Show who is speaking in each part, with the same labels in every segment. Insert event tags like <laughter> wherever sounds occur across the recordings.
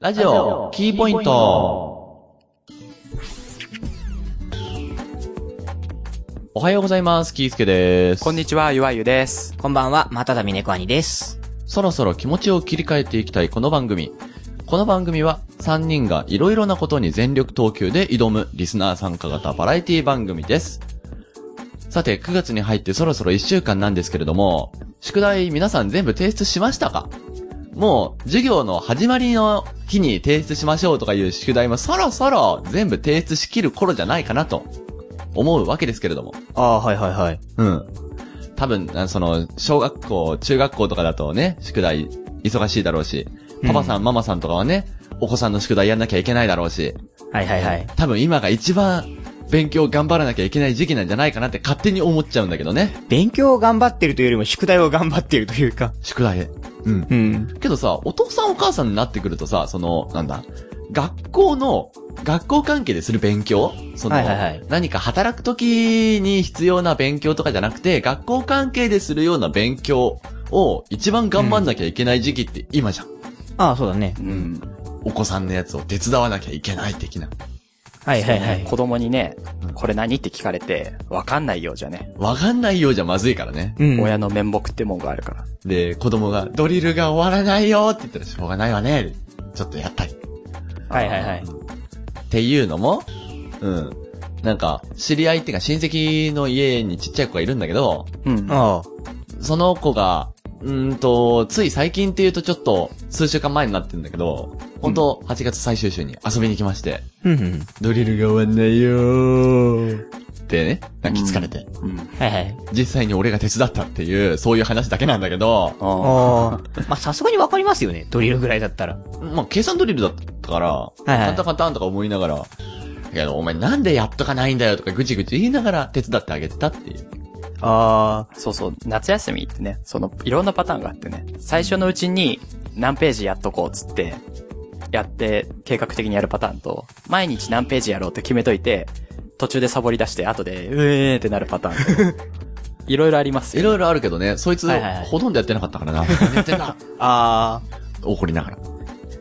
Speaker 1: ラジオキーポイントおはようございます、キースケです。
Speaker 2: こんにちは、ゆわゆです。
Speaker 3: こんばんは、またたみねこあにです。
Speaker 1: そろそろ気持ちを切り替えていきたいこの番組。この番組は3人がいろいろなことに全力投球で挑むリスナー参加型バラエティ番組です。さて、9月に入ってそろそろ1週間なんですけれども、宿題皆さん全部提出しましたかもう、授業の始まりの日に提出しましょうとかいう宿題もそろそろ全部提出しきる頃じゃないかなと思うわけですけれども。
Speaker 2: ああ、はいはいはい。
Speaker 1: うん。多分、あその、小学校、中学校とかだとね、宿題忙しいだろうし、パパさん、ママさんとかはね、お子さんの宿題やんなきゃいけないだろうし、
Speaker 3: はいはいはい。
Speaker 1: 多分今が一番勉強頑張らなきゃいけない時期なんじゃないかなって勝手に思っちゃうんだけどね、
Speaker 3: 勉強を頑張ってるというよりも宿題を頑張ってるというか。
Speaker 1: 宿題。うん。
Speaker 3: うん。け
Speaker 1: けどさ、お父さんお母さんになってくるとさ、その、なんだ、学校の、学校関係でする勉強その、
Speaker 3: はいはいはい
Speaker 1: 何か働く時に必要な勉強とかじゃなくて、学校関係でするような勉強を一番頑張んなきゃいけない時期って今じゃん。
Speaker 3: ああ、そうだね。
Speaker 1: うん。お子さんのやつを手伝わなきゃいけない的な。
Speaker 3: はいはいは
Speaker 2: ね
Speaker 3: い。
Speaker 2: 子供にね
Speaker 1: うん、
Speaker 2: これ何って聞かれて、わかんないようじゃね。
Speaker 1: わかんないようじゃまずいからね。
Speaker 3: うん。
Speaker 2: 親の面目ってもんがあるから。
Speaker 1: で、子供が、ドリルが終わらないよって言ったらしょうがないわね。ちょっとやったり。
Speaker 3: はいはいはい。
Speaker 1: っていうのも、うん。なんか、知り合いっていうか親戚の家にちっちゃい子がいるんだけど、
Speaker 2: うん。
Speaker 3: ああ。
Speaker 1: その子が、うーんと、つい最近っていうとちょっと数週間前になってんだけど、本当8月最終週に遊びに来まして、
Speaker 3: うんうん。
Speaker 1: ドリルが終わんないよーってね、泣きつかれて、
Speaker 2: うん。
Speaker 3: はいはい。
Speaker 1: 実際に俺が手伝ったっていう、そういう話だけなんだけど、
Speaker 2: あ
Speaker 3: ああ。 <laughs> まあ、さすがにわかりますよね。ドリルぐらいだったら。
Speaker 1: まあ、計算ドリルだったから、
Speaker 3: いはい
Speaker 1: カンタンカンタンとか思いながら、だけど、お前なんでやっとかないんだよとかぐちぐち言いながら手伝ってあげてたっていう。
Speaker 3: あ
Speaker 2: あ。そうそう、夏休みってね、その、いろんなパターンがあってね。最初のうちに、何ページやっとこうっつって、やって、計画的にやるパターンと、毎日何ページやろうって決めといて、途中でサボり出して、後で、うえーってなるパターンと。いろいろあります
Speaker 1: い
Speaker 2: よ。
Speaker 1: ろいろあるけどね、そいつ、
Speaker 3: はいはいはい
Speaker 1: ほとんどやってなかったからな。何やってんだ
Speaker 3: あ。ああ。
Speaker 1: <laughs> 怒りながら。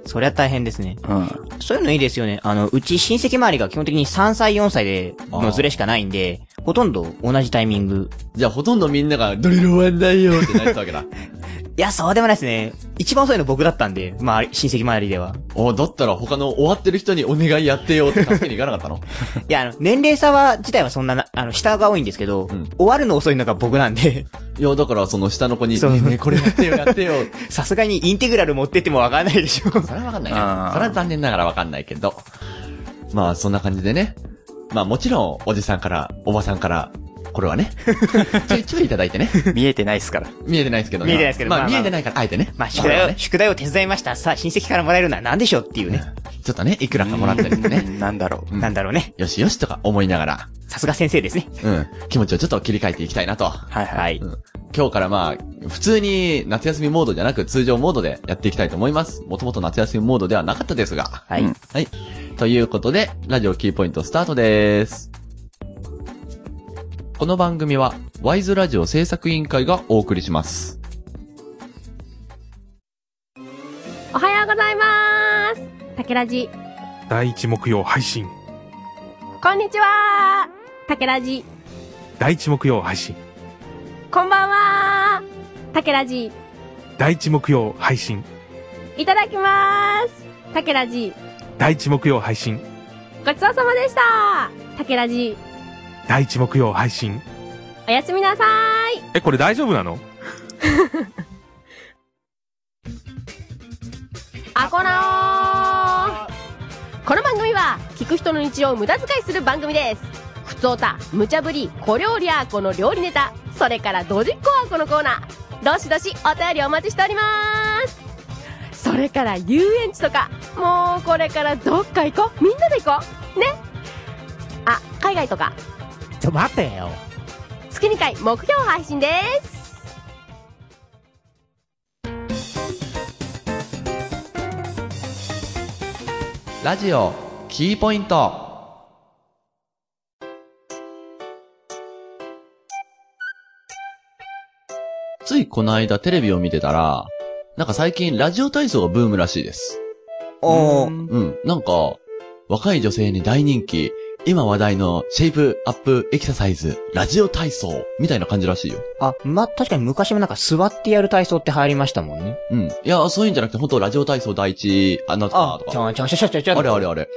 Speaker 3: そりゃ大変ですね。
Speaker 2: うん。
Speaker 3: そういうのいいですよね。あの、うち親戚周りが基本的に3歳4歳でのズレしかないんで、ほとんど同じタイミング。
Speaker 1: じゃあほとんどみんなが、ドリル終わんないよってなってたわけ
Speaker 3: <laughs>
Speaker 1: だ。
Speaker 3: いや、そうでもないですね。一番遅いの僕だったんで、まあ、親戚周りでは。
Speaker 1: おだったら他の終わってる人にお願いやってよって助けに行かなかったの <laughs>
Speaker 3: いや、あの、年齢差は、自体はそんなな、あの、下が多いんですけど、
Speaker 1: うん
Speaker 3: 終わるの遅いのが僕なんで、 <laughs>
Speaker 1: いや、だからその下の子に、
Speaker 3: そう
Speaker 1: ねえねえこれやってよやってよ。
Speaker 3: さすがにインテグラル持ってってもわからないでしょ。
Speaker 1: それはわかんない
Speaker 2: あ
Speaker 1: な。
Speaker 3: <laughs>
Speaker 2: ー
Speaker 1: それは残念ながらわかんないけど。まあ、そんな感じでね。まあもちろん、おじさんから、おばさんから、これは
Speaker 3: <laughs>
Speaker 1: ね、ちょいちょいいただいてね。
Speaker 2: 見えてないっすから。
Speaker 1: 見えてないですけどね。
Speaker 3: 見えてないですけど
Speaker 1: まあ、
Speaker 3: まあ
Speaker 1: 見
Speaker 3: まあ
Speaker 1: えてないから、あえてね。
Speaker 3: まあ、宿題を、宿題を手伝いました。さあ、親戚からもらえるのは何でしょうっていうね。
Speaker 1: ちょっとね、いくらかもらったりして
Speaker 2: う
Speaker 1: ね。
Speaker 2: んなんだろう。
Speaker 3: なんだろうね。
Speaker 1: よしよしとか思いながら、
Speaker 3: さすが先生ですね。
Speaker 1: うん、気持ちをちょっと切り替えていきたいなと。
Speaker 2: はいはい。
Speaker 3: い。
Speaker 1: うん今日からまあ、普通に夏休みモードじゃなく通常モードでやっていきたいと思います。もともと夏休みモードではなかったですが。
Speaker 3: はい
Speaker 2: うん
Speaker 1: はい。ということで、ラジオキーポイントスタートです。この番組は、ワイズラジオ制作委員会がお送りします。
Speaker 4: おはようございます。たけらじ。
Speaker 5: 第一木曜配信。
Speaker 4: こんにちは。たけらじ。
Speaker 5: 第一木曜配信。
Speaker 4: こんばんは。たけらじ。
Speaker 5: 第一木曜配信。
Speaker 4: いただきます。たけらじ。
Speaker 5: 第一木曜配信。
Speaker 4: ごちそうさまでした。たけらじ。
Speaker 5: 第一木曜配信。
Speaker 4: おやすみなさい。
Speaker 5: え、これ大丈夫なの
Speaker 4: アコナオこの番組は聞く人の日常を無駄遣いする番組ですふつおた無茶ぶり小料理アーコの料理ネタそれからドジっ子アーコのコーナーどしどしお便りお待ちしておりますそれから遊園地とかもうこれからどっか行こうみんなで行こうねあ海外とか
Speaker 3: ちょ、待ってよ。
Speaker 4: 月2回目標配信です
Speaker 1: ラジオキーポイント。ついこの間テレビを見てたら、なんか最近ラジオ体操がブームらしいです。
Speaker 3: おー。
Speaker 1: うん。なんか、若い女性に大人気、今話題のシェイプアップエクササイズ、ラジオ体操、みたいな感じらしいよ。
Speaker 3: あ、ま、確かに昔もなんか座ってやる体操って流行りましたもんね。
Speaker 1: うん。いや、そういうんじゃなくて、本当ラジオ体操第一、あなた
Speaker 3: あ
Speaker 1: と、
Speaker 3: ち
Speaker 1: か。
Speaker 3: ょんちょんちょんちょんちょんちょん。
Speaker 1: あれあれあれ。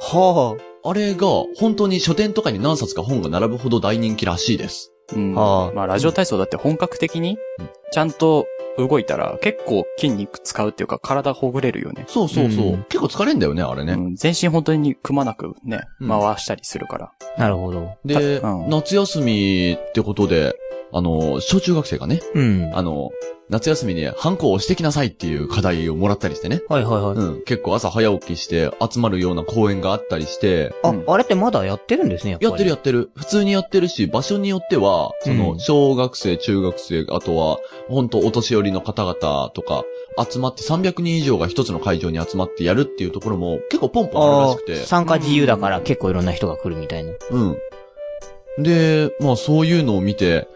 Speaker 3: は
Speaker 1: あれが、本当に書店とかに何冊か本が並ぶほど大人気らしいです。
Speaker 2: うん。
Speaker 3: あー
Speaker 2: まあ、ラジオ体操だって本格的に
Speaker 1: うん、
Speaker 2: ちゃんと動いたら、結構筋肉使うっていうか、体ほぐれるよね。
Speaker 1: そうそうそう。
Speaker 3: うん
Speaker 1: 結構疲れんだよね、あれね。
Speaker 2: うん全身本当にくまなくね、
Speaker 1: うん
Speaker 2: 回したりするから。
Speaker 3: あ。なるほど。
Speaker 1: で、
Speaker 2: たうん
Speaker 1: 夏休みってことで、あの、小中学生がね、
Speaker 3: うん。は
Speaker 1: あの、夏休みにハンコを押してきなさいっていう課題をもらったりしてね。
Speaker 3: いはいはい。
Speaker 1: うん。結構朝早起きして集まるような公演があったりして、
Speaker 3: あ、
Speaker 2: うん
Speaker 3: あれってまだやってるんですね、やっぱり。
Speaker 1: やってるや
Speaker 3: っ
Speaker 1: ってる。普通にやってるし、場所によっては、そ
Speaker 3: うん
Speaker 1: の、小学生、中学生、あとは、ほんとお年寄りの方々とか、集まって300人以上が一つの会場に集まってやるっていうところも結構ポンポンあるら
Speaker 3: あ
Speaker 1: しく
Speaker 3: ー
Speaker 1: て。
Speaker 3: 参加自由だから結構いろんな人が来るみたいな。
Speaker 1: うん。で、まあそういうのを見て、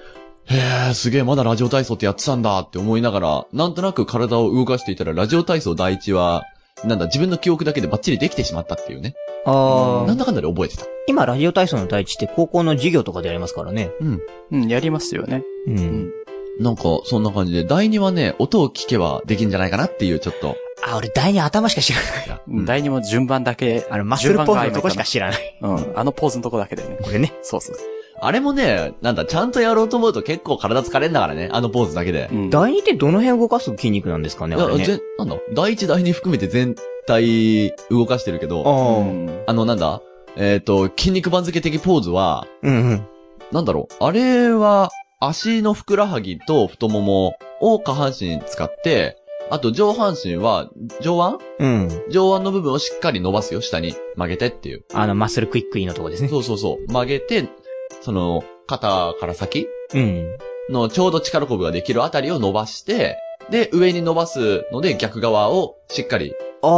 Speaker 1: へえ、すげえ、まだラジオ体操ってやってたんだって思いながら、なんとなく体を動かしていたら、ラジオ体操第一は、なんだ、自分の記憶だけでバッチリできてしまったっていうね。
Speaker 3: あ
Speaker 1: なんだかんだで覚えてた。
Speaker 3: 今、ラジオ体操の第一って高校の授業とかでやりますからね。
Speaker 2: うん、やりますよね。
Speaker 3: う。
Speaker 2: うんん。
Speaker 1: なんか、そんな感じで、第2はね、音を聞けばできんじゃないかなっていう、ちょっと。
Speaker 3: あ、俺第二頭しか知らない。
Speaker 1: うん
Speaker 2: 第二も順番だけ。
Speaker 3: あの、マッスルポーズのとこし
Speaker 2: 順
Speaker 3: か知らない。
Speaker 2: 番が曖昧かな。うん。あのポーズのとこだけだよね。
Speaker 3: これね。
Speaker 2: そうそう。
Speaker 1: あれもね、なんだ、ちゃんとやろうと思うと結構体疲れんだからね、あのポーズだけで。
Speaker 2: うん。
Speaker 3: 第二ってどの辺動かす筋肉なんですかね、
Speaker 1: いや
Speaker 3: あれね。
Speaker 1: ぜなんだ、第1、第2含めて全体動かしてるけ
Speaker 3: あ
Speaker 1: ど、
Speaker 2: う
Speaker 3: ー
Speaker 2: ん。
Speaker 1: あの、なんだ、えっ、と、筋肉番付的ポーズは、
Speaker 3: うんうん。
Speaker 1: なんだろう、あれは、足のふくらはぎと太ももを下半身使って、あと上半身は、上腕
Speaker 3: うん。
Speaker 1: 上腕の部分をしっかり伸ばすよ、下に曲げてっていう。
Speaker 3: あの、マッスルクイックイのとこですね。
Speaker 1: そうそうそう。曲げて、その、肩から先
Speaker 3: うん。
Speaker 1: のちょうど力こぶができるあたりを伸ばして、で、上に伸ばすので逆側をしっかり。
Speaker 3: ああ。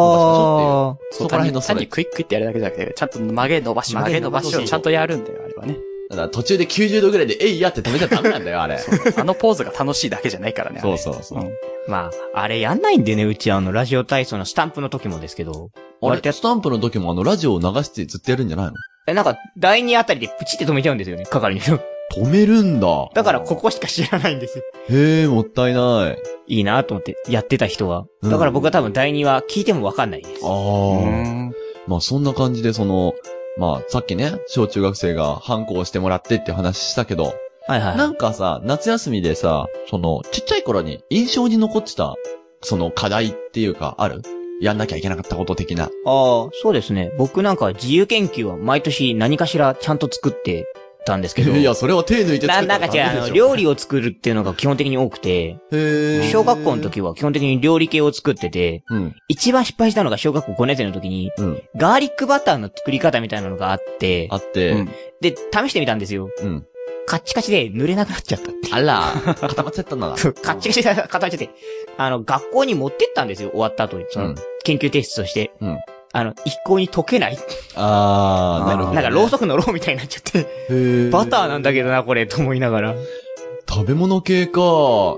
Speaker 1: そこら辺の
Speaker 2: 単に
Speaker 1: それ
Speaker 2: 単にクイックイってやるだけじゃなくて、ちゃんと曲げ伸ばし、
Speaker 3: 曲
Speaker 2: 曲げ
Speaker 3: げ
Speaker 2: 伸
Speaker 3: 伸
Speaker 2: ば
Speaker 3: ば
Speaker 2: し
Speaker 3: し
Speaker 2: をちゃんとやるんだよ、あれはね。
Speaker 1: だから途中で90度ぐらいで、えいやって止めちゃダメなんだよ、あれ。そ
Speaker 2: あのポーズが楽しいだけじゃないからね。あれ
Speaker 1: うそうそう。
Speaker 2: うん
Speaker 3: まあ、あれやんないんでね、うちあの、ラジオ体操のスタンプの時もですけど。
Speaker 1: あ
Speaker 3: 割と
Speaker 1: れ、スタンプの時もあの、ラジオを流してずっとやるんじゃないの
Speaker 3: え、なんか、第二あたりでプチって止めちゃうんですよね、係の人。
Speaker 1: 止めるんだ。
Speaker 3: だから、ここしか知らないんですよ。
Speaker 1: へえ、もったいない。
Speaker 3: いいなと思って、やってた人は。
Speaker 1: うん
Speaker 3: だから僕は多分第二は聞いてもわかんないです。
Speaker 1: ああ。まあ、そんな感じで、その、まあ、さっきね、小中学生が反抗してもらってって話したけど、
Speaker 3: はいはい。
Speaker 1: なんかさ、夏休みでさ、その、ちっちゃい頃に印象に残ってた、その課題っていうか、あるやんなきゃいけなかったこと的な。
Speaker 3: ああ、そうですね。僕なんか自由研究は毎年何かしらちゃんと作ってたんですけ
Speaker 1: <laughs>
Speaker 3: ど。
Speaker 1: いや、それは手抜いて
Speaker 3: な
Speaker 1: 作
Speaker 3: なんか違う、あの、料理を作るっていうのが基本的に多くて、
Speaker 1: 理
Speaker 3: 小学校の。時は基本的に料理系を作ってて、
Speaker 1: うん。
Speaker 3: 一番失敗したのが小学校5年生の時に、
Speaker 1: うん。
Speaker 3: ガーリックバターの作り方みたいなのがあって
Speaker 1: あ、って、
Speaker 2: うん
Speaker 3: で、試してみたんですよ。
Speaker 1: うん。
Speaker 3: カッチカチで塗れなくなっちゃったっていう。
Speaker 1: あら、固まっちゃったん
Speaker 3: <laughs>
Speaker 1: だな。
Speaker 3: そうカッチカチで固まっちゃって。あの、学校に持ってったんですよ、終わった後に。その、
Speaker 1: うん
Speaker 3: 研究提出として。
Speaker 1: うん
Speaker 3: あの、一向に溶けない。
Speaker 1: あー、なるほど、
Speaker 3: なんか、ろうそくのろうみたいになっちゃって。
Speaker 1: へ
Speaker 3: バターなんんだけどな、これ、と思いながら。
Speaker 1: 食べ物系か。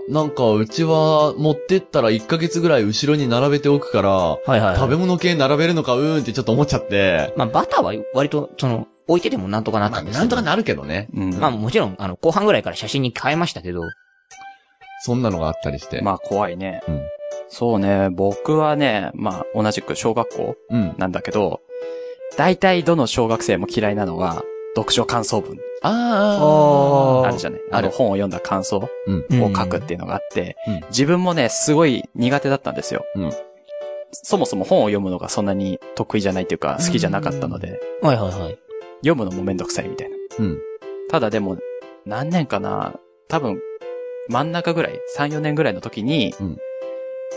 Speaker 1: なんか、うちは、持ってったら1ヶ月ぐらい後ろに並べておくから、
Speaker 3: はいは
Speaker 1: 食べ物系並べるのか、うーんってちょっと思っちゃって。
Speaker 3: まあ、バターは割と、その、置いててもなんとかな
Speaker 1: ま
Speaker 3: った
Speaker 1: あ、
Speaker 3: んです
Speaker 1: なんとかなるけどね。
Speaker 2: うん。
Speaker 3: まあ、
Speaker 2: ま
Speaker 3: もちろん、あの、後半ぐらいから写真に変えましたけど。
Speaker 1: そんなのがあったりして。
Speaker 2: あ、まあ、怖いね
Speaker 1: うん。
Speaker 2: そうね、僕はね、まあ、同じく小学校
Speaker 1: うん。
Speaker 2: なんだけど、大体どの小学生も嫌いなのは、読書感想文
Speaker 1: あー。
Speaker 2: あるじゃない
Speaker 1: あ
Speaker 2: あ
Speaker 1: る
Speaker 2: の本を読んだ感想を
Speaker 1: うん。
Speaker 2: 書くっていうのがあって
Speaker 1: うん、
Speaker 2: 自分もね、すごい苦手だったんですよ
Speaker 1: うん。
Speaker 2: そもそも本を読むのがそんなに得意じゃないっていうか、好きじゃなかったので、
Speaker 3: はいはいはい。
Speaker 2: 読むのもめんどくさいみたいな。
Speaker 1: うん。
Speaker 2: ただでも、何年かな、多分、真ん中ぐらい、3、4年ぐらいの時に、
Speaker 1: うん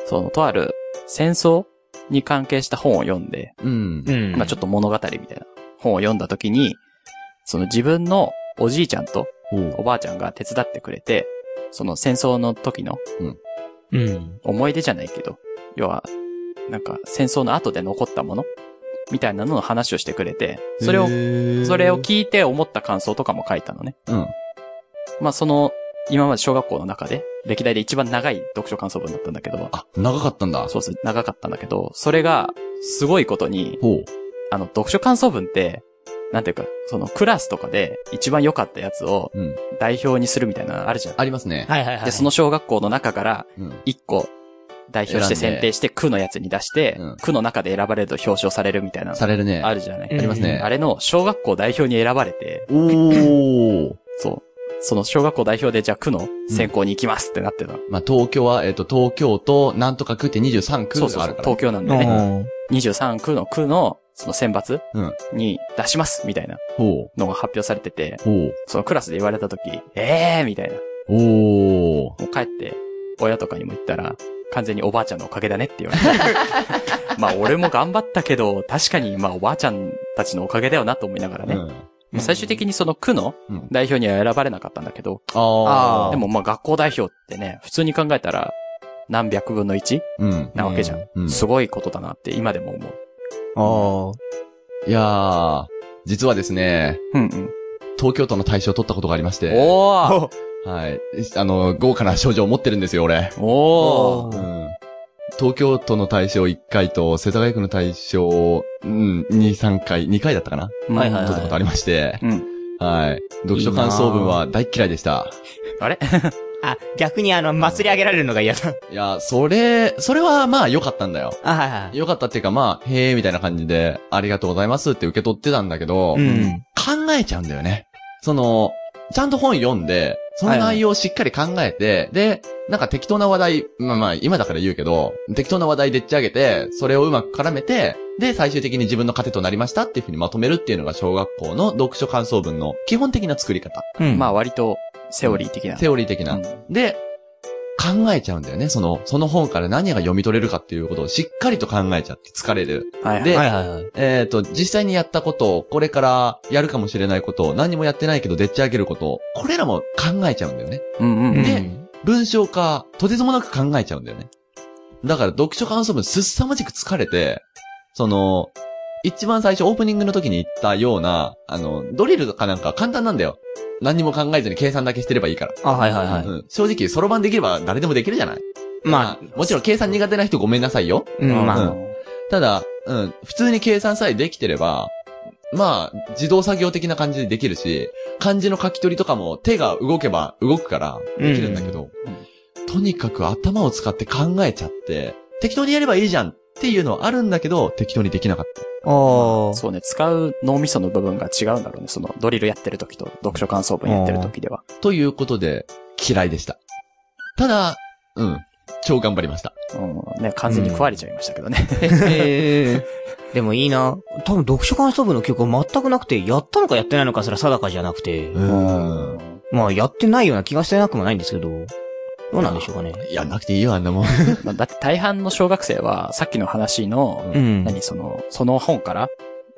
Speaker 2: その、とある戦争に関係した本を読んで、
Speaker 1: うん。
Speaker 3: うん。
Speaker 2: まあちょっと物語みたいな本を読んだ時に、その自分のおじいちゃんと
Speaker 1: おう
Speaker 2: おばあちゃんが手伝ってくれて、その戦争の時の
Speaker 3: うん。
Speaker 2: 思い出じゃないけど、要は、なんか戦争の後で残ったものみたいなのの話をしてくれて、それを、それを聞いて思った感想とかも書いたのね。
Speaker 1: うん。
Speaker 2: まあその、今まで小学校の中で歴代で一番長い読書感想文だったんだけど、
Speaker 1: あ、長かったんだ。
Speaker 2: そうですね、長かったんだけど、それが、すごいことに、
Speaker 1: ほう。
Speaker 2: あの、読書感想文って、なんていうか、そのクラスとかで一番良かったやつを
Speaker 1: うん。
Speaker 2: 代表にするみたいなのあるじゃん。
Speaker 1: ありますね。
Speaker 3: はいはいはい。
Speaker 2: で、その小学校の中から
Speaker 1: うん。
Speaker 2: 一個代表して選定して区のやつに出して
Speaker 1: うん、
Speaker 2: 区の中で選ばれると表彰されるみたいなの
Speaker 1: されるね。
Speaker 2: あるじゃない。
Speaker 3: うん
Speaker 1: ありますね
Speaker 2: あれの小学校代表に選ばれて、
Speaker 1: おー。
Speaker 2: そう。その小学校代表でじゃあ区の選考に行きますってなってた。
Speaker 1: まあ、東京は、えっ、と、東京と、なんとか区って23区
Speaker 2: そうそう
Speaker 1: がある
Speaker 2: そう。
Speaker 1: から。
Speaker 2: 東京なんでね。
Speaker 3: うん
Speaker 2: 23区の区の、その選抜
Speaker 1: うん
Speaker 2: に出しますみたいな
Speaker 1: ほう。
Speaker 2: のが発表されてて、
Speaker 1: ほう。
Speaker 2: そのクラスで言われた時、えーみたいな。
Speaker 1: おー。
Speaker 2: もう帰って、親とかにも言ったら、完全におばあちゃんのおかげだねって言われ
Speaker 1: <laughs>
Speaker 2: て。まあ俺も頑張ったけど、確かにまあおばあちゃんたちのおかげだよなと思いながらね。
Speaker 1: うん。
Speaker 2: まあ最終的にその区の
Speaker 1: うん
Speaker 2: 代表には選ばれなかったんだけど、
Speaker 1: あー。
Speaker 3: あ
Speaker 2: でもまあ学校代表ってね、普通に考えたら何百分の 1?
Speaker 1: うん。
Speaker 2: なわけじゃん。
Speaker 1: うん。
Speaker 2: すごいことだなって今でも思う。
Speaker 3: あ
Speaker 1: いやー、実はですね、
Speaker 2: うんうん。
Speaker 1: 東京都の大賞を取ったことがありまして、
Speaker 2: おー
Speaker 1: はい。あの、豪華な賞状を持ってるんですよ、俺。
Speaker 2: おー
Speaker 1: うん。東京都の大賞1回と、世田谷区の大賞を、うん、2、3回、2回だったかな
Speaker 2: うん
Speaker 3: はいはい
Speaker 1: 取ったことありまして、
Speaker 2: うん。
Speaker 1: はい。読書感想文は大っ嫌いでした。
Speaker 2: あれ
Speaker 3: あ。あ、逆にあの、祭り上げられるのが嫌だ。
Speaker 1: いや、それ、それはまあ良かったんだよ。
Speaker 3: あ、はいはい。
Speaker 1: 良かったっていうかまあ、へえ、みたいな感じで、ありがとうございますって受け取ってたんだけど、
Speaker 3: うん。
Speaker 1: 考えちゃうんだよね。その、ちゃんと本読んで、その内容をしっかり考えて、で、なんか適当な話題、まあまあ、今だから言うけど、適当な話題でっち上げて、それをうまく絡めて、で、最終的に自分の糧となりましたっていうふうにまとめるっていうのが小学校の読書感想文の基本的な作り方。
Speaker 3: うん。
Speaker 2: まあ
Speaker 3: あ、
Speaker 2: 割とセオリー的な。
Speaker 1: セオリー的な。
Speaker 2: うん
Speaker 1: で、考えちゃうんだよね。その、その本から何が読み取れるかっていうことをしっかりと考えちゃって疲れる。
Speaker 2: はいはい
Speaker 1: で
Speaker 3: はいはいはい。
Speaker 1: えっ、と、実際にやったことを、これからやるかもしれないことを、何もやってないけどでっち上げることを、これらも考えちゃうんだよね。
Speaker 2: うんうんうん。
Speaker 1: で文章化、とてつもなく考えちゃうんだよね。だから読書感想文すっさまじく疲れて、その、一番最初オープニングの時に言ったような、あの、ドリルかなんか簡単なんだよ。何も考えずに計算だけしてればいいから。
Speaker 3: あ、はいはいはい。
Speaker 1: うん、正直、そろばんできれば誰でもできるじゃない
Speaker 3: まあ、
Speaker 1: もちろん計算苦手な人ごめんなさいよ。
Speaker 3: うん、まあ、
Speaker 1: うんただ、うん、普通に計算さえできてれば、まあ、自動作業的な感じでできるし、漢字の書き取りとかも手が動けば動くからできるんだけど、とにかく頭を使って考えちゃって、適当にやればいいじゃんっていうのはあるんだけど、適当にできなかった。
Speaker 3: おー。
Speaker 2: そうね、使う脳みその部分が違うんだろうね。そのドリルやってる時と読書感想文やってる時では。
Speaker 1: ということで、嫌いでした。ただ、うん、超頑張りました。
Speaker 2: うん、ね、完全に食われちゃいましたけどね。
Speaker 3: <laughs> でもいいな。多分読書感想文の曲は全くなくて、やったのかやってないのかすら定かじゃなくて、
Speaker 1: うん。
Speaker 3: まあやってないような気がしてなくもないんですけど、どうなんでしょうかね。
Speaker 1: いや、なくていいよ、あんなもん。
Speaker 2: まあだって大半の小学生は、さっきの話の、
Speaker 3: うん。
Speaker 2: 何その、その本から、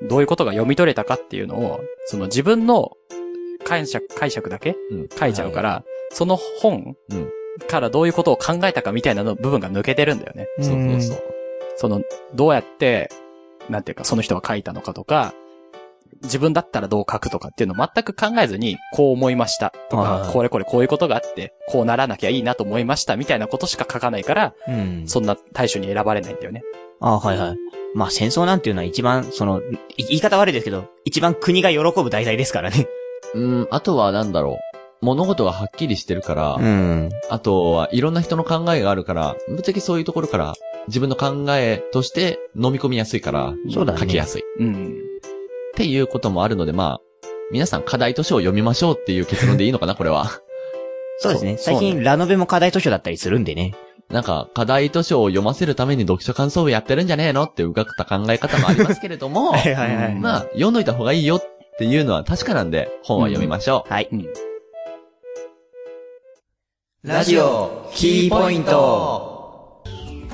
Speaker 2: どういうことが読み取れたかっていうのを、その自分の解釈、解釈だけ
Speaker 1: うん
Speaker 2: 書いちゃうから、その本
Speaker 1: うん
Speaker 2: からどういうことを考えたかみたいなの部分が抜けてるんだよね。
Speaker 1: そうそうそう。
Speaker 2: その、どうやって、なんていうか、その人は書いたのかとか、自分だったらどう書くとかっていうのを全く考えずに、こう思いましたと
Speaker 3: はい
Speaker 2: か
Speaker 3: は、い
Speaker 2: これこれこういうことがあって、こうならなきゃいいなと思いましたみたいなことしか書かないから、
Speaker 3: うん。
Speaker 2: そんな対象に選ばれないんだよね。
Speaker 3: あはいはい。まあ戦争なんていうのは一番、その、い言い方悪いですけど、一番国が喜ぶ題材ですからね。
Speaker 1: うん、あとはなんだろう。物事がはっきりしてるから、
Speaker 3: ん。
Speaker 1: あとはいろんな人の考えがあるから、ぶっちゃけそういうところから自分の考えとして飲み込みやすいから、
Speaker 3: そうだね
Speaker 1: 書きやすい。っ
Speaker 2: うん。
Speaker 1: ていうこともあるので、まあ、皆さん課題図書を読みましょうっていう結論でいいのかな、これは。 <laughs>
Speaker 3: そうですね。
Speaker 2: そう
Speaker 3: 最近、ラノベも課題図書だったりするんでね。
Speaker 1: なんか、課題図書を読ませるために読書感想文やってるんじゃねえのってうがった考え方もありますけれども、
Speaker 3: <laughs> はいはい
Speaker 2: うん
Speaker 1: まあ、読んどいた方がいいよっていうのは確かなんで、本は読みましょう。
Speaker 3: はい。
Speaker 1: ラジオ、キーポイント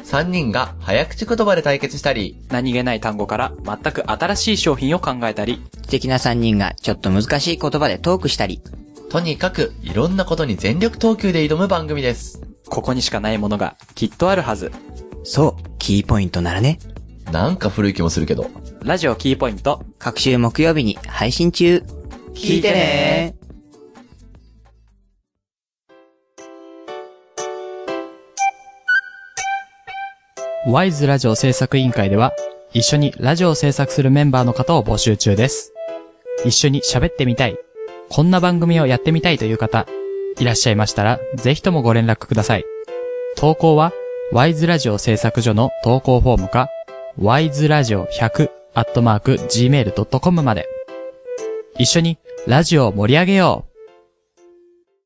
Speaker 1: !3 人が早口言葉で対決したり、
Speaker 2: 何気ない単語から全く新しい商品を考えたり、
Speaker 3: 素敵な3人がちょっと難しい言葉でトークしたり、
Speaker 1: とにかくいろんなことに全力投球で挑む番組です。
Speaker 2: ここにしかないものがきっとあるはず。
Speaker 3: そう、キーポイントならね。
Speaker 1: なんか古い気もするけど。
Speaker 2: ラジオキーポイント。
Speaker 3: 各週木曜日に配信中。聞いてね
Speaker 2: ワイズラジオ制作委員会では、一緒にラジオを制作するメンバーの方を募集中です。一緒に喋ってみたい。こんな番組をやってみたいという方、いらっしゃいましたら、ぜひともご連絡ください。投稿は、ワイズラジオ制作所の投稿フォームか、ワイズラジオ100アットマーク gmail.com まで。一緒にラジオを盛り上げよ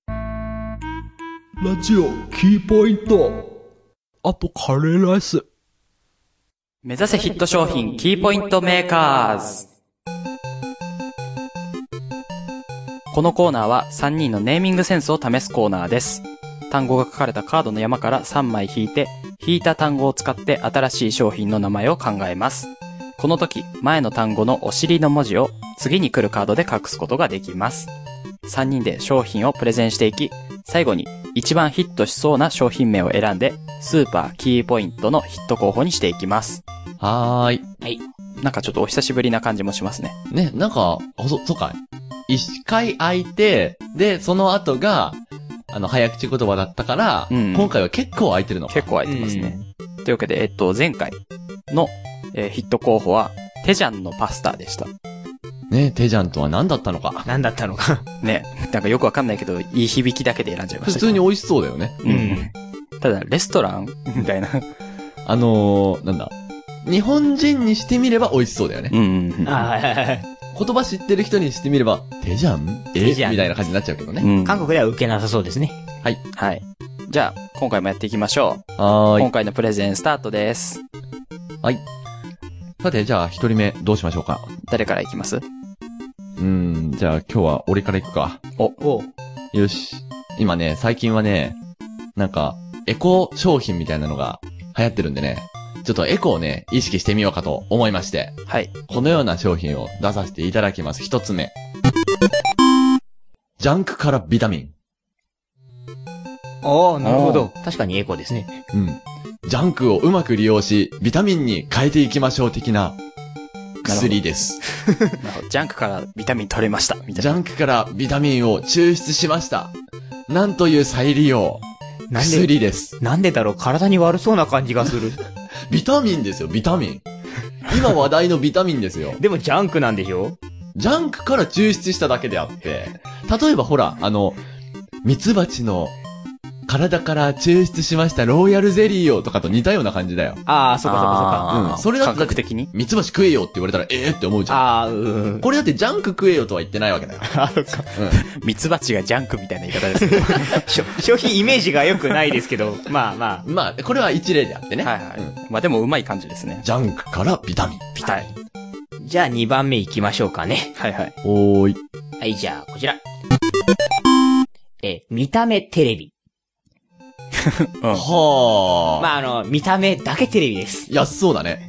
Speaker 2: う
Speaker 6: ラジオキーポイント。あとカレーライス。
Speaker 2: 目指せヒット商品キーポイントメーカーズこのコーナーは3人のネーミングセンスを試すコーナーです。単語が書かれたカードの山から3枚引いて、引いた単語を使って新しい商品の名前を考えます。この時、前の単語のお尻の文字を次に来るカードで隠すことができます。3人で商品をプレゼンしていき、最後に一番ヒットしそうな商品名を選んで、スーパーキーポイントのヒット候補にしていきます。
Speaker 1: はーい。
Speaker 2: なんかちょっとお久しぶりな感じもしますね。
Speaker 1: ね、なんか、ほそ、そうか。一回空いて、で、その後が、あの、早口言葉だったから、
Speaker 2: うん
Speaker 1: 今回は結構空いてるの。
Speaker 2: 結構空いてますね。というわけで、えっと、前回の、えーヒット候補は、テジャンのパスタでした。
Speaker 1: ね、テジャンとは何だったのか。
Speaker 3: 何だった
Speaker 2: <laughs>
Speaker 3: のか。
Speaker 2: ね。なんかよくわかんないけど、いい響きだけで選んじゃいま
Speaker 1: 普
Speaker 2: した。
Speaker 1: 通に。美味しそうだよね。
Speaker 2: うん。ただ、レストランみたいな。
Speaker 1: あのー、なんだ。日本人にしてみれば美味しそうだよね。
Speaker 2: <laughs> うんうんうん。
Speaker 3: あ
Speaker 1: 言葉知ってる人にしてみれば、テジャンえ
Speaker 3: テジャン
Speaker 1: みたいな感じになっちゃうけどね。
Speaker 2: うん
Speaker 3: あ、韓国では受けなさそうですね。
Speaker 2: はい。じゃあ、今回もやっていきましょう。
Speaker 1: はーい
Speaker 2: 今。回のプレゼンスタートです。
Speaker 1: さて、じゃあ、一人目、どうしましょうか。
Speaker 2: 誰からいきます
Speaker 1: うーん、じゃあ、今日は俺から行くか。
Speaker 3: お
Speaker 1: よし。今ね、最近はね、なんか、エコ商品みたいなのが流行ってるんでね、ちょっとエコをね、意識してみようかと思いまして、
Speaker 2: はい。
Speaker 1: このような商品を出させていただきます。一つ目。ジャンクからビタミン。
Speaker 3: ああ、なるほ
Speaker 2: お
Speaker 3: ど。確かにエコーですね。
Speaker 1: うん。ジャンクをうまく利用し、ビタミンに変えていきましょう的な薬です。
Speaker 2: なるほどジャンクからビタミン取れました。みたい
Speaker 1: ジャ
Speaker 2: な。
Speaker 1: ンクからビタミンを抽出しました。なんという再利用。
Speaker 3: なんで、
Speaker 1: 薬です。
Speaker 3: なんでだろう体に悪そうな感じがする。 <laughs>
Speaker 1: ビタミンですよ、ビタ
Speaker 2: <laughs>
Speaker 1: ミン。今話題のビタミンですよ。
Speaker 3: でもジャンクなんでしょ
Speaker 1: ジャンクから抽出しただけであって、例えばほら、あの、ミツバチの体から抽出しましたローヤルゼリーをとかと似たような感じだよ。
Speaker 3: ああ、そっかそっかそっか。
Speaker 2: あー
Speaker 1: うんそれだと
Speaker 2: 感覚的に
Speaker 1: ミツバチ食えよって言われたら、ええって思うじゃん。
Speaker 3: ああ、うんうん。
Speaker 1: これだってジャンク食えよとは言ってないわ
Speaker 2: <laughs>
Speaker 1: けだよ。
Speaker 3: あそっか。
Speaker 2: ミツバチがジャンクみたいな言い方ですけど。
Speaker 3: しょ <laughs> 消費イメージが良くないですけど、まあまあ。
Speaker 1: うん。まあ、これは一例であってね。
Speaker 2: はいはい。
Speaker 1: うん
Speaker 2: まあでもうまい感じですね。
Speaker 1: ジャンクからビタミン。
Speaker 2: ピタリ。
Speaker 3: じゃあ2番目行きましょうかね。
Speaker 2: はいはい。
Speaker 1: おーい。
Speaker 3: はい、じゃあこちら。え、見た目テレビ。
Speaker 1: はあ。
Speaker 3: まああの、見た目だけテレビです。
Speaker 1: 安そうだね。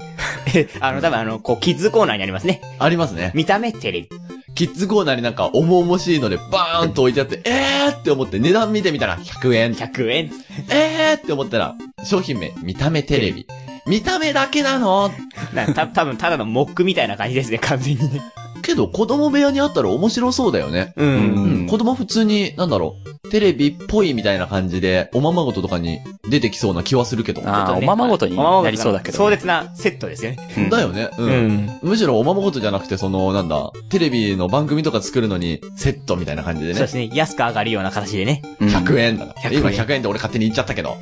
Speaker 3: え <laughs> あの、多分あの、こう、キッズコーナーにありますね。
Speaker 1: ありますね。
Speaker 3: 見た目テレビ。
Speaker 1: キッズコーナーになんか重々しいのでバーンと置いてあって、えーって思って値段見てみたら100円。
Speaker 3: 100円。
Speaker 1: えーって思ったら、商品名、見た目テレビ。見た目だけなの
Speaker 3: な <laughs> た多分ただのモックみたいな感じですね、完全にね。
Speaker 1: けど子供部屋にあったら面白そうだよね。
Speaker 3: う。
Speaker 1: うんん。子供普通に、なんだろう、テレビっぽいみたいな感じで、おままごととかに出てきそうな気はするけど。だ
Speaker 2: ああ、おままごとになりそうだけど
Speaker 3: 壮
Speaker 2: ね。
Speaker 3: 絶なセットですよね。
Speaker 2: うん
Speaker 1: よね。うん。
Speaker 3: ん。
Speaker 1: むしろおままごとじゃなくて、その、なんだ、テレビの番組とか作るのに、セットみたいな感じで
Speaker 3: そうで
Speaker 1: ね。
Speaker 3: すね。安く上がるような形でね。
Speaker 2: うん
Speaker 1: 100円だから。
Speaker 3: 100円
Speaker 1: 今100円で俺勝手に言っちゃったけど。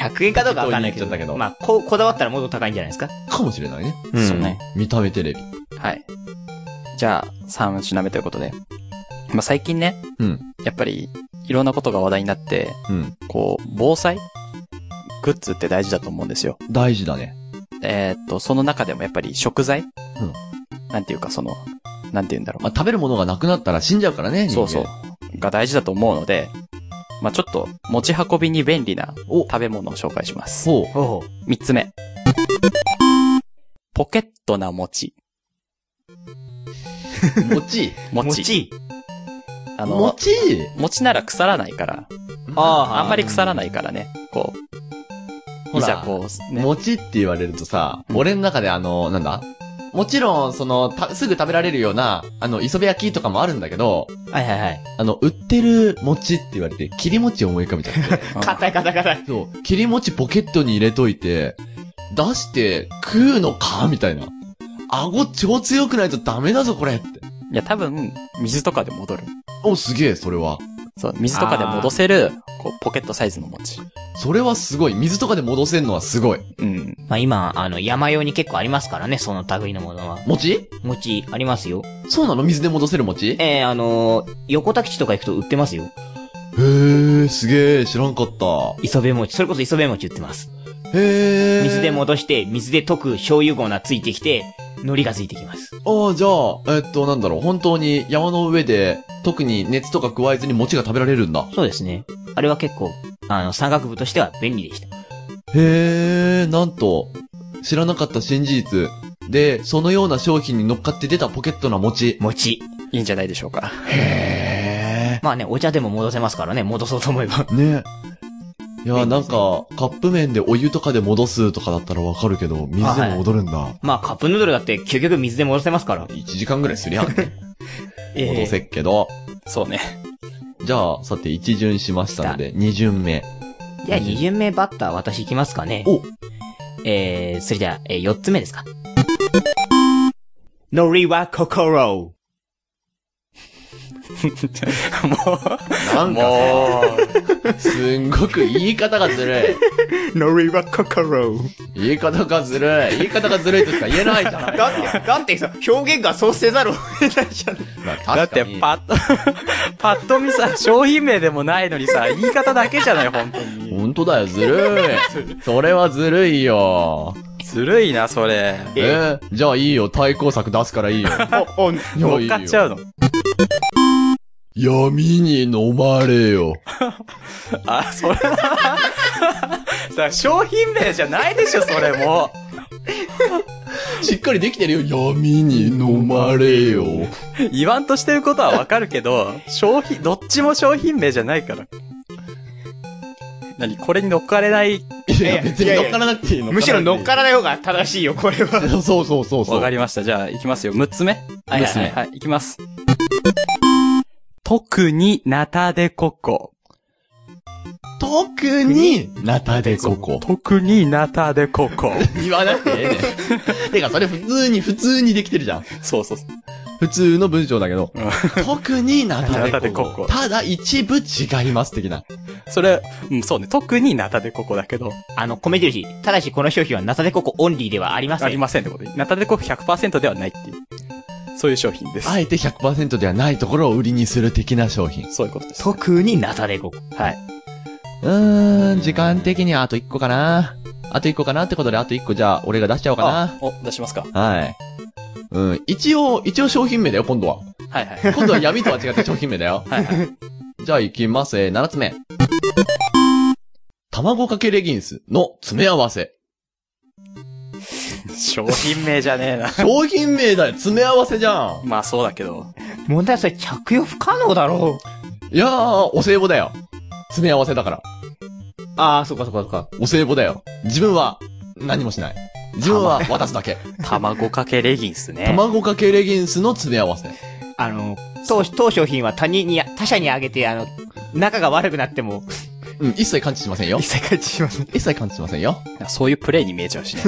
Speaker 3: 100円かどうかわかんないけ
Speaker 1: ちょっ
Speaker 3: ど。
Speaker 1: と言っちゃったけど
Speaker 3: まあ、こう、こだわったらもっと高いんじゃないですか。
Speaker 1: かもしれないね。
Speaker 3: うん
Speaker 2: そうね。
Speaker 1: 見た目テレビ。
Speaker 2: はい。じゃあ、3品目ということで。まあ最近ね、
Speaker 1: うん。
Speaker 2: やっぱり、いろんなことが話題になって、
Speaker 1: うん。
Speaker 2: こう、防災グッズって大事だと思うんですよ。
Speaker 1: 大事だね。
Speaker 2: えーっと、その中でもやっぱり食材
Speaker 1: うん
Speaker 2: なんていうかその、なんて言うんだろう
Speaker 1: まあ、。食べるものがなくなったら死んじゃうからね。人
Speaker 2: そ
Speaker 1: 間
Speaker 2: うそう。。が大事だと思うので、まあちょっと、持ち運びに便利な
Speaker 1: お
Speaker 2: 食べ物を紹介します。
Speaker 1: そう。
Speaker 3: おう
Speaker 2: 三つ目。ポケットな餅。
Speaker 1: 餅
Speaker 2: 餅。
Speaker 3: 餅。
Speaker 2: <laughs> あの、
Speaker 1: 餅
Speaker 2: 餅なら腐らないから、
Speaker 3: あ
Speaker 2: あんまり腐らないからね、こう、
Speaker 1: ほ
Speaker 2: い
Speaker 1: ら
Speaker 2: ざこう、ね、
Speaker 1: 餅って言われるとさ、
Speaker 2: うん
Speaker 1: 俺の中であの、なんだもちろん、その、た、すぐ食べられるような、あの、磯辺焼きとかもあるんだけど、
Speaker 3: はいはいはい。
Speaker 1: あの、売ってる餅って言われて、
Speaker 2: <laughs>
Speaker 1: 切り餅を思い浮かべちゃって。
Speaker 2: うん
Speaker 3: 硬い硬い硬い。
Speaker 1: そう、切り餅ポケットに入れといて、出して食うのかみたいな。顎超強くないとダメだぞ、これって。
Speaker 2: いや、多分、水とかで戻る。
Speaker 1: お、すげえ、それは。
Speaker 2: そう、水とかで戻せる、こう、ポケットサイズの餅。
Speaker 1: それはすごい。水とかで戻せんのはすごい。
Speaker 2: うん。
Speaker 3: まあ今、あの、山用に結構ありますからね、その類のものは。
Speaker 1: 餅
Speaker 3: 餅、ありますよ。
Speaker 1: そうなの水で戻せる餅へ
Speaker 3: ええあのー横田基地とか行くと売ってますよ。
Speaker 1: ー、すげえ、知らんかった。
Speaker 3: 磯辺餅、それこそ磯辺餅売ってます。
Speaker 1: へー。
Speaker 3: 水で。戻して、水で溶く醤油粉がついてきて、海苔がついてきます。
Speaker 1: ああ、じゃあ、えっと、なんだろう、本当に山の上で、特に熱とか加えずに餅が食べられるんだ。
Speaker 3: そうですね。あれは結構、あの、山岳部としては便利でした。
Speaker 1: へー、なんと、知らなかった新事実。で、そのような商品に乗っかって出たポケットな餅。
Speaker 3: 餅。
Speaker 2: いいんじゃないでしょうか。
Speaker 1: へ
Speaker 3: まあね、お茶でも戻せますからね、戻そうと思えば。 <laughs>
Speaker 1: ー。ね。いやーなんか、カップ麺でお湯とかで戻すとかだったらわかるけど、水でも戻るんだ。
Speaker 3: まあ、カップヌードルだって究極水で戻せますから。
Speaker 1: 1時間ぐらいすりゃ、ね、
Speaker 3: え
Speaker 1: 戻せっけど。
Speaker 2: そうね。 <laughs>
Speaker 1: じゃあ、さて、一巡しましたので、二巡目。
Speaker 3: じゃあ、二巡目バッター私行きますかね。
Speaker 1: お
Speaker 3: えー、それじゃあ、えー、四つ目ですか。ノリは心。
Speaker 2: も
Speaker 1: な
Speaker 2: う、
Speaker 1: んかね、
Speaker 2: も
Speaker 1: <laughs> すんごく言い方がずるい。
Speaker 3: ノリは心。
Speaker 1: 言い方がずるい。言い方がずるいとしか言えないじゃないか。
Speaker 3: だって、だってさ、表現がそうせざるを得ないじゃん。
Speaker 1: まあ確
Speaker 2: う、
Speaker 1: か
Speaker 2: だって
Speaker 1: に、
Speaker 2: パッと、 <laughs> パッと見さ、商品名でもないのにさ、言い方だけじゃない、本当に。
Speaker 1: 本当だよ、ずる <laughs> い。それはずるいよ。
Speaker 2: ずるいな、それ。
Speaker 1: えー、じゃあいいよ、対抗策出すからいい <laughs> よ。
Speaker 2: お、お、乗っかっちゃうの。
Speaker 1: 闇に飲まれよ。
Speaker 2: あ、それは、さ、商品名じゃないでしょ、それも。
Speaker 1: しっかりできてるよ、闇に飲まれよ。
Speaker 2: <laughs> 言わんとしてることはわかるけど、商品、どっちも商品名じゃないから。何これに乗っかれない。
Speaker 1: いや、別に乗っからなくていいの。
Speaker 3: むしろ乗っかららない方が正しいよ、これは。
Speaker 1: そうそうそうそう。
Speaker 2: わかりました。じゃあ、行きますよ。6つ目
Speaker 3: はいはいはい
Speaker 2: 六つ目はい、行きます。特に、ナタデココ。
Speaker 1: 特に、ナタデココ。
Speaker 2: 特に、ナタデココ。
Speaker 1: 言わなくてええねん。てか、それ普通に、普通にできてるじゃん。
Speaker 2: そうそうそう。
Speaker 1: 普通の文章だけど。特に <laughs> ナタデココ。
Speaker 2: ナタデココ
Speaker 1: ただ一部違います、的な。
Speaker 2: <laughs> それ、うん、そうね。特に、ナタデココだけど、
Speaker 3: あの、米印。ただし、この商品はナタデココオンリーではありません。
Speaker 2: ありませんってことで。ナタデココ100%ではないっていう。そういう商品です。
Speaker 1: あえて100%ではないところを売りにする的な商品。
Speaker 2: そういうことです。
Speaker 3: 特にナタデココ。
Speaker 2: はい。
Speaker 1: うーん、時間的にあと1個かな。あと1個かなってことで、あと1個じゃあ、俺が出しちゃおうか
Speaker 2: あ、お、出しますか。
Speaker 1: な。はい。うん、一応、一応商品名だよ、今度は。
Speaker 2: はいはい。
Speaker 1: 今度は闇とは違って商品名だ
Speaker 3: <laughs>
Speaker 1: よ。
Speaker 2: はいはい。
Speaker 1: じゃあ行きます。えー、7つ目。卵かけレギンスの詰め合わせ。
Speaker 2: 商品名じゃねえな。
Speaker 1: 商品名だよ、詰め合わせじゃん。
Speaker 2: <laughs> まあそうだけど。
Speaker 3: 問題はそれ着用不可能だろう。
Speaker 1: いやー、お歳暮だよ。詰め合わせだから。
Speaker 3: ああ、そっかそっかそっか。
Speaker 1: お歳暮だよ。自分は、何もしない。自分は渡すだ
Speaker 3: <laughs>
Speaker 1: け。
Speaker 2: 卵かけレギンスね。
Speaker 1: 卵かけレギンスの詰め合わせ。
Speaker 3: あの、当、当商品は他人に、他社にあげて、あの、仲が悪くなっても、
Speaker 1: うん、一切感知しませんよ
Speaker 3: <laughs> 一。切感じしません。
Speaker 1: 一切感知しませんよ。
Speaker 2: そういうプレイに見えちゃうしね。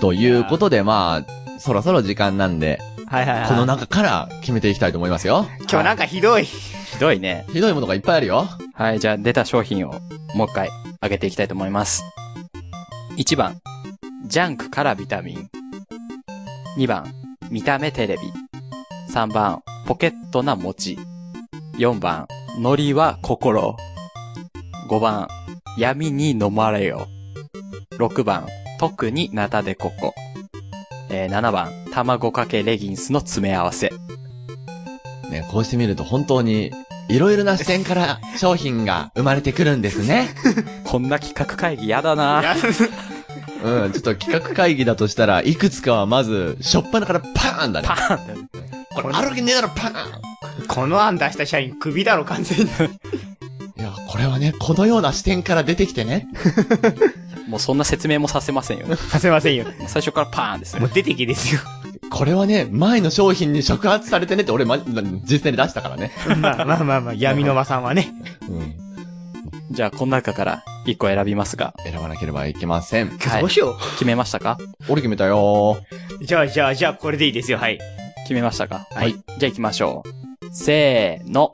Speaker 1: ということで、まあ、そろそろ時間なんで、
Speaker 3: はいはいはい。
Speaker 1: この中から決めていきたいと思いますよ。
Speaker 3: 今日なんかひどい。
Speaker 2: ひどいね。
Speaker 1: ひどいものがいっぱいあるよ。
Speaker 2: はい、じゃあ出た商品をもう一回上げていきたいと思います。1番、ジャンクからビタミン。2番、見た目テレビ。3番、ポケットな餅。4番、ノリは心。5番、闇に飲まれよ。6番、特にナタデココ。えー7番、卵かけレギンスの詰め合わせ。
Speaker 1: ね、こうしてみると本当に、いろいろな視点から商品が生まれてくるんです <laughs> ね。
Speaker 2: こんな企画会議やだな
Speaker 1: うん、ちょっと企画会議だとしたら、いくつかはまず、しょっぱなからパーンだね。
Speaker 2: パーンだよね
Speaker 1: これあるわけねえだろ、パーン
Speaker 3: この案出した社員、クビだろ、完 <laughs> 全に。
Speaker 1: いや、これはね、このような視点から出てきてね。
Speaker 2: もうそんな説明もさせませんよね。
Speaker 3: させませんよ。
Speaker 2: 最初からパーンです
Speaker 3: も
Speaker 2: ね。
Speaker 3: う出てけですよ。
Speaker 1: これはね、前の商品に触発されてねって俺、ま、実際に出したからね。
Speaker 3: まあまあまあまあ、闇の間さんはね。
Speaker 1: うん。
Speaker 2: じゃあ、この中から、一個選びますが、
Speaker 1: 選ばなければいけません。
Speaker 2: はい
Speaker 3: どうしよ
Speaker 2: 決めましたか
Speaker 1: 俺決めたよ
Speaker 3: う。じゃあ、じゃあ、じゃあ、これでいいですよ、はい。
Speaker 2: 決めましたか
Speaker 1: はい。
Speaker 2: じゃあ行きましょう。せーの。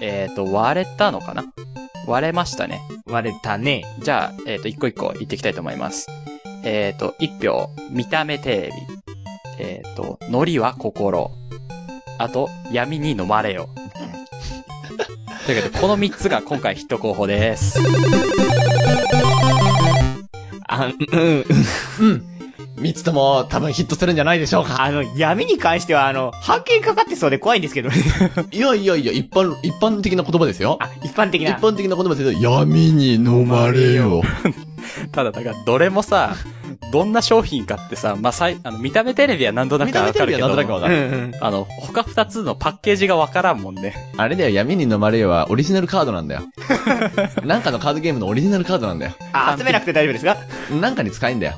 Speaker 2: えっ、ー、と、割れたのかな割れましたね。
Speaker 3: 割れたね。
Speaker 2: じゃあ、えっ、と、一個一個言っていきたいと思います。えっ、と、一票、見た目テレビ。えっ、と、ノリは心。あと、闇に飲まれよ。というわけで、この三つが今回ヒット候補です。
Speaker 3: あ、うん、
Speaker 1: 三つとも多分ヒットするんじゃないでしょう <laughs> か。
Speaker 3: あの、闇に関しては、あの、半券かかってそうで怖いんですけどね。
Speaker 1: いやいやいや、一般、一般的な言葉ですよ。
Speaker 3: あ、一般的
Speaker 1: 一
Speaker 3: な。
Speaker 1: 般的な言葉ですけど、闇に飲まれよ。
Speaker 2: ただ、だから、どれも <laughs> さ、どんな商品かってさ、まあ、さい、あの、見た目テレビは何とな
Speaker 1: 見
Speaker 2: く
Speaker 1: た目
Speaker 2: わ
Speaker 1: テレ
Speaker 2: か
Speaker 1: ビ
Speaker 2: る
Speaker 1: は
Speaker 2: け
Speaker 1: なんとなくわ
Speaker 2: ど、
Speaker 1: か
Speaker 3: う
Speaker 1: る。
Speaker 3: んうん。
Speaker 2: あの、他二つのパッケージがわからんもんね。
Speaker 1: あれだよ、闇に飲まれよはオリジナルカードなんだ <laughs> よ。なんかのカードゲームのオリジナルカードなんだよ。
Speaker 3: あ、集めなくて大丈夫ですか
Speaker 1: なんかに使えんだよ。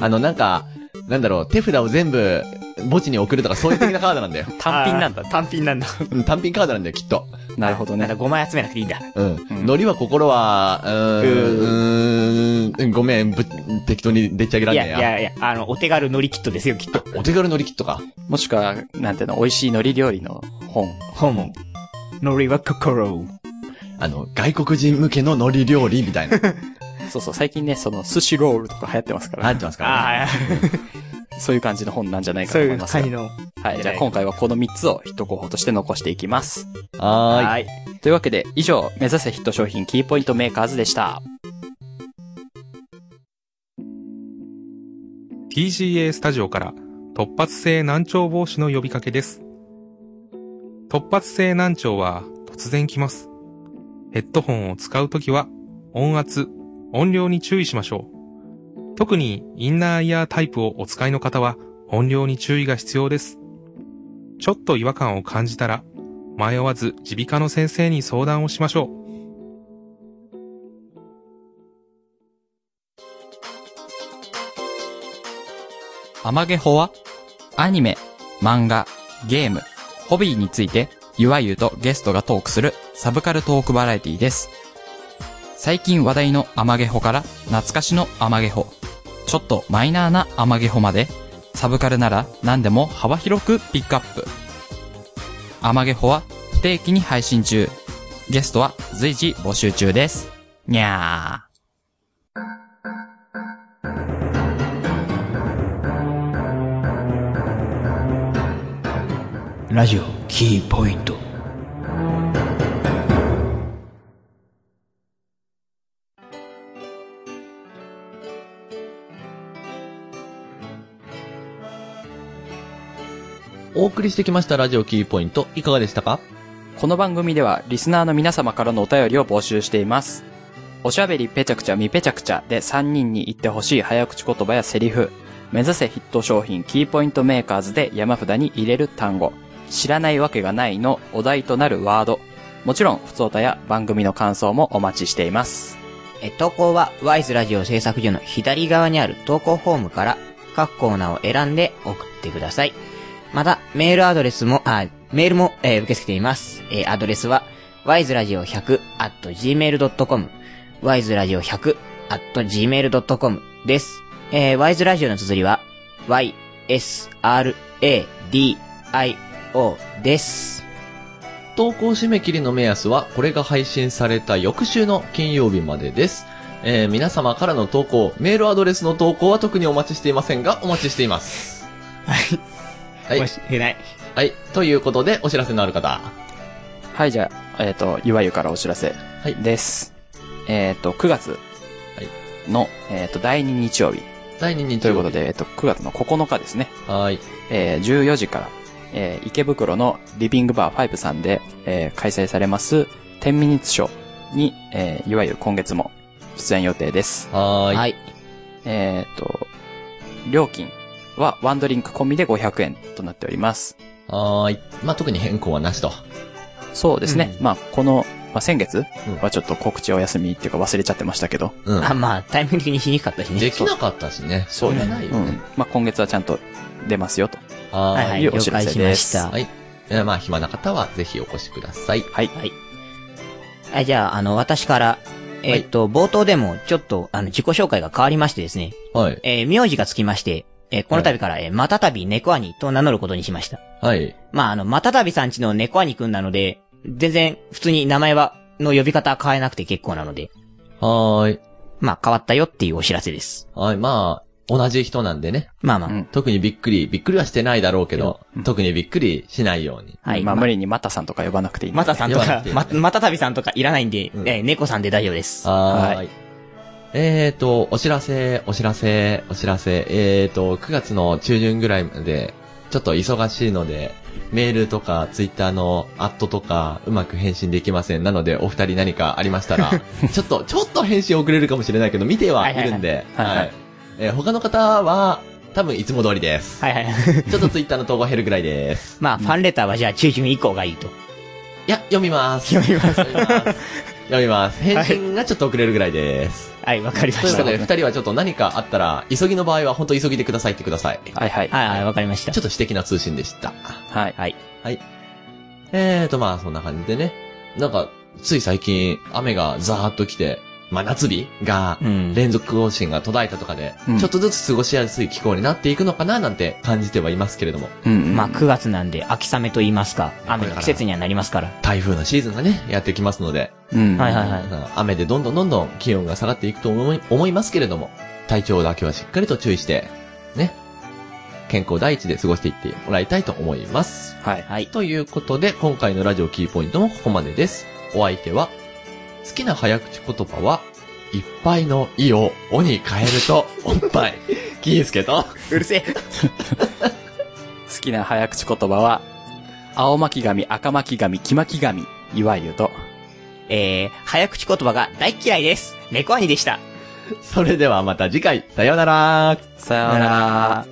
Speaker 1: あの、なんか、なんだろう、手札を全部墓地に送るとかそういう的なカードなんだよ。 <laughs>
Speaker 2: 単品なんだ
Speaker 3: あ。単品なんだ。
Speaker 1: うん単品カードなんだよ、きっと。
Speaker 2: なるほど
Speaker 3: なん
Speaker 2: ね
Speaker 3: だ、。5枚集めなくていいんだ。
Speaker 1: うん。ノリは心は、うーん、うーん、ごめん、ぶ、適当にでっち上げらん
Speaker 3: い
Speaker 1: ねえ
Speaker 3: や、い
Speaker 1: や。
Speaker 3: やいや、あの、お手軽乗りキットですよ、きっと。
Speaker 1: お手軽ノリキットか。
Speaker 2: もしくは、なんていうの、美味しい海苔料理の本。
Speaker 3: 訪問。乗りは心。
Speaker 1: あの、外国人向けの海苔料理み <laughs> たいな。
Speaker 2: そうそう、最近ね、その、寿司ロールとか流行ってますから、
Speaker 1: あってますから、ね。
Speaker 3: あ
Speaker 2: そういう感じの本なんじゃない
Speaker 3: あ、
Speaker 2: かと
Speaker 3: そう
Speaker 2: 思
Speaker 3: い
Speaker 2: いうますが
Speaker 3: 感じの。
Speaker 2: はい、じゃあ今回はこの3つをヒット候補として残していきます。
Speaker 1: はーい。
Speaker 3: はい。
Speaker 2: というわけで、以上、目指せヒット商品キーポイントメーカーズでした。
Speaker 5: TCA スタジオから突発性難聴防止の呼びかけです。突発性難聴は突然来ます。ヘッドホンを使うときは音圧、音量に注意しましょう。特にインナーイヤータイプをお使いの方は音量に注意が必要です。ちょっと違和感を感じたら迷わず耳鼻科の先生に相談をしましょう。
Speaker 2: アマゲホはアニメ、漫画、ゲーム、ホビーについて、ゆわゆとゲストがトークするサブカルトークバラエティです。最近話題のアマゲホから懐かしのアマゲホ、ちょっとマイナーなアマゲホまで、サブカルなら何でも幅広くピックアップ。アマゲホは不定期に配信中。ゲストは随時募集中です。にゃー。
Speaker 3: ラジオ、キーポイント。
Speaker 1: お送りしてきましたラジオキーポイント、いかがでしたか
Speaker 2: この番組ではリスナーの皆様からのお便りを募集しています。おしゃべりぺちゃくちゃみぺちゃくちゃで3人に言ってほしい早口言葉やセリフ、目指せヒット商品キーポイントメーカーズで山札に入れる単語、知らないわけがないのお題となるワード、もちろん、ふつおたや番組の感想もお待ちしています。
Speaker 3: え、投稿は、ワイズラジオ制作所の左側にある投稿フォームから、各コーナーを選んで送ってください。また、メールアドレスも、あ、メールも、えー受け付けています。えーアドレスは、wiseradio100.gmail.com、wiseradio100.gmail.com です。えー、ワイズラジオの綴りは、y, s, r, a, d, i, o です。
Speaker 1: 投稿締め切りの目安は、これが配信された翌週の金曜日までです。えー皆様からの投稿、メールアドレスの投稿は特にお待ちしていませんが、お待ちしています。はい。
Speaker 3: も
Speaker 1: はい。
Speaker 3: しえない。
Speaker 1: はい。ということで、お知らせのある方。
Speaker 2: はい、じゃあ、えっ、と、ゆわゆからお知らせ
Speaker 1: はい
Speaker 2: です。えっ、と、9月の、えっ、と、第2日曜日
Speaker 1: 第2人
Speaker 2: ということ。で、えっ、と、9月の9日ですね。
Speaker 1: はい。
Speaker 2: えー14時から、えー池袋のリビングバー5さんで、えー開催されます10ミニッツショーに、えーいわゆる今月も出演予定です。
Speaker 1: はーい。
Speaker 3: はい。
Speaker 2: えっ、と、料金はワンドリンク込みで500円となっております。
Speaker 1: はーい。まあ、特に変更はなしと。
Speaker 2: そうですね。
Speaker 3: う
Speaker 2: まあ、この、まあ、先月
Speaker 1: うん
Speaker 2: はちょっと告知お休みっていうか忘れちゃってましたけど、
Speaker 1: うん。
Speaker 3: あ、まあ、タイミング的にしにくかったしね。
Speaker 1: できなかったしね。そうじゃないよ
Speaker 2: うん
Speaker 1: ね。。
Speaker 2: まあ、今月はちゃんと出ますよと。
Speaker 1: は
Speaker 3: はい
Speaker 1: ー。
Speaker 3: はいい、
Speaker 2: いうお
Speaker 3: 了
Speaker 2: 知ら
Speaker 3: 解
Speaker 2: せ
Speaker 3: しま
Speaker 2: で
Speaker 3: し
Speaker 2: す
Speaker 3: た。
Speaker 1: はい。えーまあ、暇な方はぜひお越しください。
Speaker 2: はい。
Speaker 3: はい、じゃあ、あの、私から、え
Speaker 1: い
Speaker 3: えっと、冒頭でもちょっと、あの、自己紹介が変わりましてですね、
Speaker 1: はい。
Speaker 3: えー名字がつきまして、えーこの度から、えー、またたび猫兄と名乗ることにしました。
Speaker 1: はい。
Speaker 3: まあ、あの、またたびさんちの猫兄くんなので、全然、普通に名前は、の呼び方は変えなくて結構なので、
Speaker 1: はーい。
Speaker 3: まあ、変わったよっていうお知らせです。
Speaker 1: はい、まあ、同じ人なんでね。
Speaker 3: まあまあ、
Speaker 2: うん
Speaker 1: 特にびっくり、びっくりはしてないだろうけど、特にびっくりしないように。
Speaker 3: はい。
Speaker 2: まあ
Speaker 3: ま
Speaker 2: 無理にマタさんとか呼ばなくていいんで。
Speaker 3: またさんと
Speaker 1: 言わな
Speaker 3: か
Speaker 1: くていい、
Speaker 3: ま、またたびさんとかいらないんで、
Speaker 1: うん
Speaker 3: えー猫さんで大丈夫です。
Speaker 1: はーい。
Speaker 2: はい
Speaker 1: えーと、お知らせ、お知らせ、お知らせ、えーと、9月の中旬ぐらいまで、ちょっと忙しいので、メールとか、ツイッターのアットとか、うまく返信できません。なので、お二人何かありました <laughs> ら、ちょっと、ちょっと返信遅れるかもしれないけど、見てはいるんで、
Speaker 2: はいはいはいはい
Speaker 1: はい。えー他の方は、多分いつも通りです。
Speaker 3: はいはい。 <laughs>
Speaker 1: ちょっとツイッターの投稿減るぐらいです。
Speaker 3: まあ、ファンレターはじゃあ中旬以降がいいと。
Speaker 1: いや、読みます。
Speaker 3: 読みます
Speaker 1: 読みます。読みます。返信がちょっと遅れるぐらいです。
Speaker 3: はい、わかりま
Speaker 1: という
Speaker 3: し
Speaker 1: こと
Speaker 3: た。は
Speaker 1: で、
Speaker 3: い
Speaker 1: 二人はちょっと何かあったら、急ぎの場合は本当急ぎでくださいってください。ちょ
Speaker 2: はいはい。
Speaker 3: はい、わかりました
Speaker 1: っ。と私的な通信でした。
Speaker 2: はい。
Speaker 3: はい。
Speaker 1: えーと、まあ、そんな感じでね。なんか、つい最近、雨がザーッと来て、真夏日が
Speaker 3: う、ん。
Speaker 1: 連続更新が途絶えたとかで、
Speaker 2: うん
Speaker 1: ちょっとずつ過ごしやすい気候になっていくのかななんて感じてはいますけれども、
Speaker 2: うんうん。
Speaker 3: まあ、9月なんで、秋雨と言いますか、
Speaker 1: こ
Speaker 3: 雨
Speaker 1: れか
Speaker 3: の
Speaker 1: ら
Speaker 3: 季節にはなりますから。
Speaker 1: 台風のシーズンがね、やってきますので、
Speaker 2: うん。
Speaker 3: はいはいはい。
Speaker 1: 雨でどんどんどんどん気温が下がっていくと思い思いますけれども、体調だけはしっかりと注意して、ね。健康第一で過ごしていってもらいたいと思います。
Speaker 2: はい。
Speaker 3: はい。
Speaker 1: ということで、今回のラジオキーポイントもここまでです。お相手は、好きな早口言葉は、いっぱいの意を、おに変えると、おっ
Speaker 2: <laughs>
Speaker 1: ぱい。キースケと、
Speaker 3: うるせえ。
Speaker 2: 好きな早口言葉は、青巻紙、赤巻紙、黄巻紙、いわゆると。
Speaker 3: <laughs> えー、早口言葉が大嫌いです。猫兄でした。
Speaker 1: それではまた次回、さようなら。
Speaker 2: さようなら。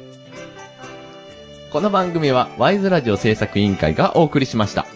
Speaker 1: この番組は、ワイズラジオ制作委員会がお送りしました。